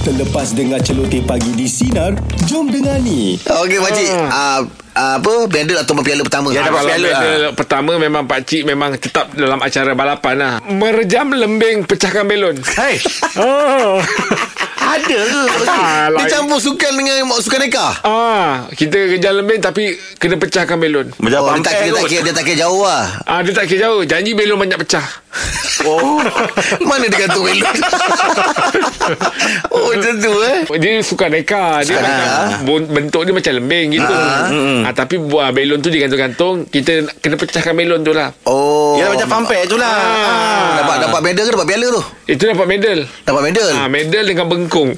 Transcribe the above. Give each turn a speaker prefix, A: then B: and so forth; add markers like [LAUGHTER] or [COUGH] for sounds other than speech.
A: Terlepas dengar celoteh pagi di Sinar, jom dengar ni.
B: Okey pakcik ah. ah, Apa Medal atau piala pertama Ah,
C: Ya dapat
B: Kalau
C: piala
B: medal,
C: lah. Pertama memang pakcik memang tetap dalam acara balapan lah Merejam lembing pecahkan belon Hei Oh
B: Ada ke pakcik?
C: Ah,
B: Dia
C: lain.
B: campur sukan dengan Sukan reka
C: [LAUGHS] Ah, kita rejam lembing tapi kena pecahkan belon
D: Macam
B: Oh, dia
D: pampel
B: tak kira, tak
D: kot.
B: kira, dia tak kira jauh lah
C: Ah, dia tak kira jauh Janji belon banyak pecah
D: Oh.
B: Mana dia gantung elok Oh macam tu eh
C: Dia suka reka Dia
B: Sukan
C: macam
B: reka.
C: bon- Bentuk dia macam lembing gitu ah. Ah, Tapi buah belon tu digantung-gantung Kita nak- kena pecahkan belon tu lah
B: Oh
D: Ya macam pampel tu lah.
C: ah.
B: Dapat dapat medal ke dapat piala tu
C: Itu dapat medal
B: Dapat medal
C: [LAUGHS] ah, Medal dengan bengkung